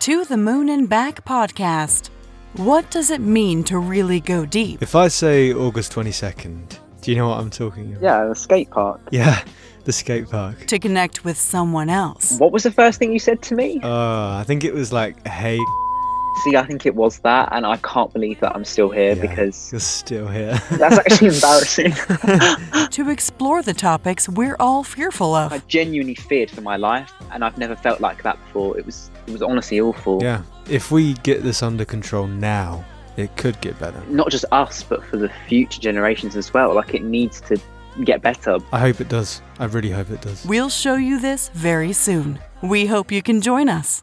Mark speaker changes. Speaker 1: To the Moon and Back podcast. What does it mean to really go deep?
Speaker 2: If I say August 22nd, do you know what I'm talking about?
Speaker 3: Yeah, the skate park.
Speaker 2: Yeah, the skate park.
Speaker 1: To connect with someone else.
Speaker 3: What was the first thing you said to me?
Speaker 2: Uh, I think it was like, hey,
Speaker 3: See, I think it was that, and I can't believe that I'm still here
Speaker 2: yeah,
Speaker 3: because
Speaker 2: you're still here.
Speaker 3: that's actually embarrassing.
Speaker 1: To explore the topics we're all fearful
Speaker 3: I
Speaker 1: of.
Speaker 3: genuinely feared for my life, and I've never felt like that before. It was it was honestly awful.
Speaker 2: yeah. If we get this under control now, it could get better.
Speaker 3: Not just us, but for the future generations as well. Like it needs to get better.
Speaker 2: I hope it does. I really hope it does.
Speaker 1: We'll show you this very soon. We hope you can join us.